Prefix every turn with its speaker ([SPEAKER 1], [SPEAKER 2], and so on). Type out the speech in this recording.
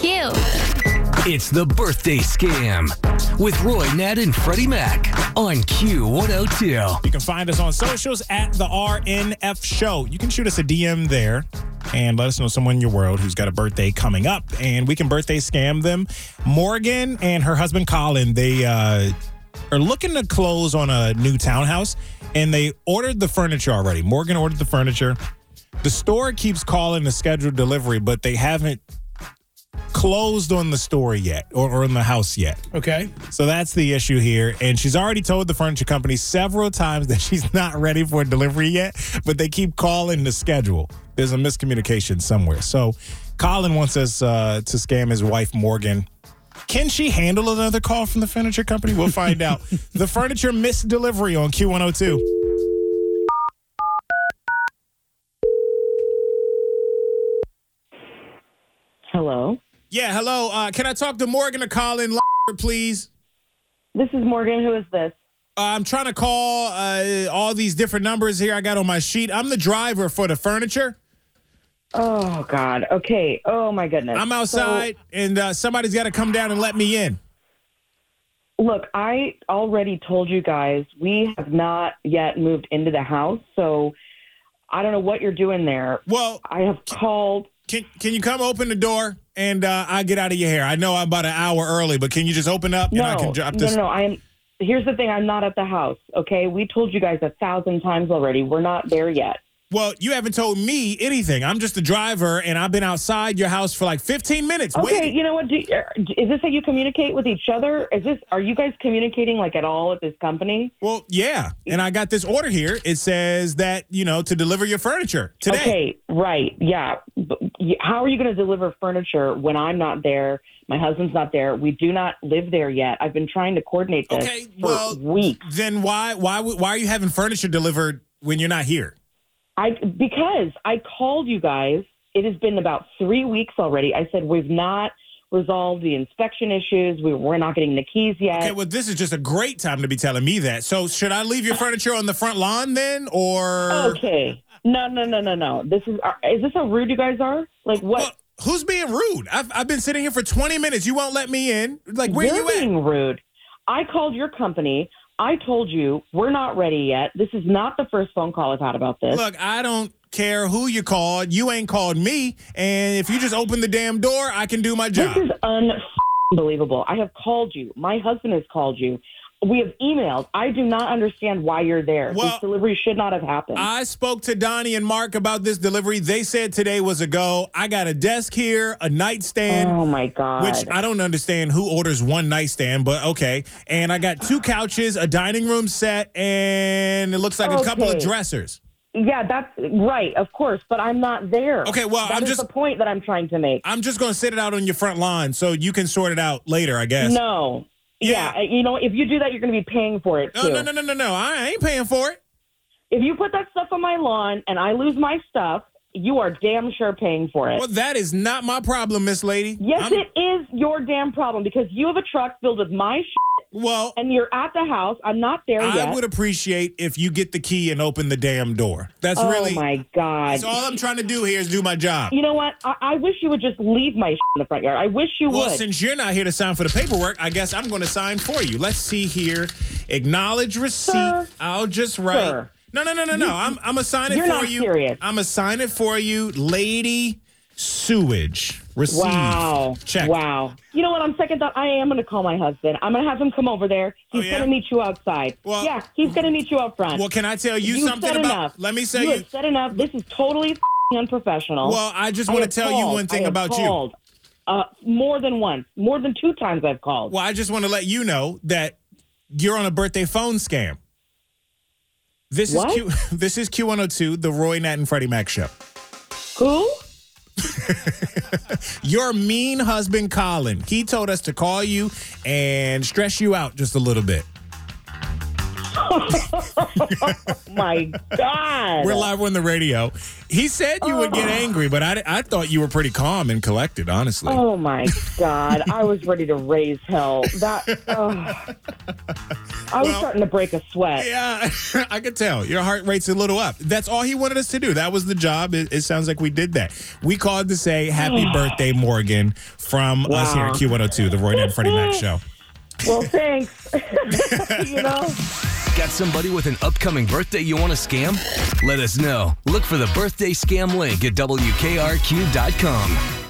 [SPEAKER 1] Cute.
[SPEAKER 2] It's the birthday scam with Roy Nat and Freddie Mac on Q102.
[SPEAKER 3] You can find us on socials at the RNF Show. You can shoot us a DM there and let us know someone in your world who's got a birthday coming up, and we can birthday scam them. Morgan and her husband Colin, they uh, are looking to close on a new townhouse, and they ordered the furniture already. Morgan ordered the furniture. The store keeps calling to schedule delivery, but they haven't closed on the store yet or, or on the house yet.
[SPEAKER 4] Okay.
[SPEAKER 3] So that's the issue here. And she's already told the furniture company several times that she's not ready for delivery yet, but they keep calling the schedule. There's a miscommunication somewhere. So Colin wants us uh, to scam his wife, Morgan. Can she handle another call from the furniture company? We'll find out. The furniture missed delivery on Q102.
[SPEAKER 5] Hello.
[SPEAKER 3] Yeah, hello. Uh, can I talk to Morgan or Colin, please?
[SPEAKER 5] This is Morgan. Who is this?
[SPEAKER 3] Uh, I'm trying to call uh, all these different numbers here I got on my sheet. I'm the driver for the furniture.
[SPEAKER 5] Oh God. Okay. Oh my goodness.
[SPEAKER 3] I'm outside, and uh, somebody's got to come down and let me in.
[SPEAKER 5] So, look, I already told you guys we have not yet moved into the house, so I don't know what you're doing there.
[SPEAKER 3] Well,
[SPEAKER 5] I have called.
[SPEAKER 3] can can you come open the door and uh, I get out of your hair? I know I'm about an hour early, but can you just open up and I
[SPEAKER 5] No,
[SPEAKER 3] can drop
[SPEAKER 5] no,
[SPEAKER 3] this?
[SPEAKER 5] no, no. I am. Here's the thing. I'm not at the house. Okay. We told you guys a thousand times already. We're not there yet.
[SPEAKER 3] Well, you haven't told me anything. I'm just the driver, and I've been outside your house for like 15 minutes.
[SPEAKER 5] Okay.
[SPEAKER 3] waiting.
[SPEAKER 5] You know what? Do, er, is this how you communicate with each other? Is this? Are you guys communicating like at all at this company?
[SPEAKER 3] Well, yeah. And I got this order here. It says that, you know, to deliver your furniture today.
[SPEAKER 5] Okay, right, yeah. But y- how are you going to deliver furniture when I'm not there? My husband's not there. We do not live there yet. I've been trying to coordinate this
[SPEAKER 3] Okay,
[SPEAKER 5] for
[SPEAKER 3] well-
[SPEAKER 5] weeks.
[SPEAKER 3] Then why why would- why are you having furniture delivered when you're not here?
[SPEAKER 5] I because I called you guys. It has been about three weeks already. I said we've not resolved the inspection issues. We, we're not getting the keys yet.
[SPEAKER 3] Okay, well this is just a great time to be telling me that. So should I leave your furniture on the front lawn then or
[SPEAKER 5] okay. No, no, no, no, no. This is are- is this how rude you guys are? Like what?
[SPEAKER 3] Well, who's being rude? I've I've been sitting here for 20 minutes. You won't let me in. Like where
[SPEAKER 5] You're
[SPEAKER 3] you at?
[SPEAKER 5] being rude. I called your company. I told you we're not ready yet. This is not the first phone call I've had about this.
[SPEAKER 3] Look, I don't care who you called. You ain't called me. And if you just open the damn door, I can do my
[SPEAKER 5] this
[SPEAKER 3] job.
[SPEAKER 5] is unbelievable. I have called you. My husband has called you. We have emailed. I do not understand why you're there.
[SPEAKER 3] Well-
[SPEAKER 5] this delivery should not have happened.
[SPEAKER 3] I spoke to Donnie and Mark about this delivery. They said today was a go. I got a desk here, a nightstand,
[SPEAKER 5] oh my god.
[SPEAKER 3] which I don't understand who orders one nightstand, but okay. And I got two couches, a dining room set, and it looks like a couple of
[SPEAKER 5] Okay.
[SPEAKER 3] dressers.
[SPEAKER 5] yeah, that's right. Of course, but I'm not there.
[SPEAKER 3] Okay, well,
[SPEAKER 5] That
[SPEAKER 3] I'm
[SPEAKER 5] is
[SPEAKER 3] just-
[SPEAKER 5] the point that I'm trying to make.
[SPEAKER 3] I'm just going to sit it out on your front lawn so you can sort it out later, I guess.
[SPEAKER 5] No.
[SPEAKER 3] Yeah.
[SPEAKER 5] Yeah. you know, if you do that, you're going to be paying for it
[SPEAKER 3] no,
[SPEAKER 5] too.
[SPEAKER 3] no, no, no, no, no. I ain't paying for it.
[SPEAKER 5] If you put that stuff on my lawn and I lose my stuff, you are damn sure paying for it.
[SPEAKER 3] Well, that is not my problem, Miss Lady.
[SPEAKER 5] yes,
[SPEAKER 3] I'm-
[SPEAKER 5] it is your damn problem because you have a truck filled with my shit
[SPEAKER 3] Well,
[SPEAKER 5] and you're at the house. I'm not there
[SPEAKER 3] I
[SPEAKER 5] yet.
[SPEAKER 3] would appreciate if you get the key and open the damn door. That's
[SPEAKER 5] oh
[SPEAKER 3] really.
[SPEAKER 5] my god!
[SPEAKER 3] That's all I'm trying to do here is do my job.
[SPEAKER 5] you know what? I-, I wish you would just leave my shit in the front yard. I wish you
[SPEAKER 3] Well,
[SPEAKER 5] would.
[SPEAKER 3] since you're not here to sign for the paperwork, I guess I'm going to sign for you. Let's see here. Acknowledge receipt.
[SPEAKER 5] Sir.
[SPEAKER 3] I'll just write.
[SPEAKER 5] Sir.
[SPEAKER 3] No, no, no, no, no. I'm I'm gonna sign it
[SPEAKER 5] You're
[SPEAKER 3] for
[SPEAKER 5] not
[SPEAKER 3] you.
[SPEAKER 5] serious.
[SPEAKER 3] I'm gonna sign it for you, lady. sewage, receive,
[SPEAKER 5] Wow.
[SPEAKER 3] check.
[SPEAKER 5] Wow. You know what? On second thought, I am going to call my husband. I'm going to have him come over there.
[SPEAKER 3] Oh,
[SPEAKER 5] He's
[SPEAKER 3] yeah?
[SPEAKER 5] going to meet you outside.
[SPEAKER 3] Well-
[SPEAKER 5] yeah, he's going to meet you out front.
[SPEAKER 3] Well, can I tell you,
[SPEAKER 5] You've
[SPEAKER 3] something
[SPEAKER 5] said
[SPEAKER 3] about?
[SPEAKER 5] enough.
[SPEAKER 3] Let me say
[SPEAKER 5] you
[SPEAKER 3] you.
[SPEAKER 5] have said enough. This is totally f***ing unprofessional.
[SPEAKER 3] well, I just
[SPEAKER 5] I
[SPEAKER 3] want to
[SPEAKER 5] have
[SPEAKER 3] tell you
[SPEAKER 5] called.
[SPEAKER 3] one
[SPEAKER 5] I
[SPEAKER 3] thing
[SPEAKER 5] have
[SPEAKER 3] about you.
[SPEAKER 5] called, Uh, more than once, more than two times, I've called.
[SPEAKER 3] Well, I just want to let you know that you're on a birthday phone scam. This is
[SPEAKER 5] What?
[SPEAKER 3] Q. This is Q102, the Roy Nat and Freddie Mac show.
[SPEAKER 5] Who?
[SPEAKER 3] Your mean husband, Colin. He told us to call you and stress you out just a little bit.
[SPEAKER 5] My God.
[SPEAKER 3] We're live on the radio. He said you would get angry, but I, I thought you were pretty calm and collected, honestly.
[SPEAKER 5] Oh my God! I was ready to raise hell. That oh. I was
[SPEAKER 3] Well-
[SPEAKER 5] starting to break a sweat.
[SPEAKER 3] Yeah, I could tell. Your heart rate's a little up. That's all he wanted us to do. That was the job. It, it sounds like we did that. We called to say happy birthday, Morgan, from us here at
[SPEAKER 5] Wow.
[SPEAKER 3] Q102, the Roy and Freddie Mac show.
[SPEAKER 5] Well, thanks. you know.
[SPEAKER 2] Got somebody with an upcoming birthday you want to scam? Let us know. Look for the birthday scam link at WKRQ.com.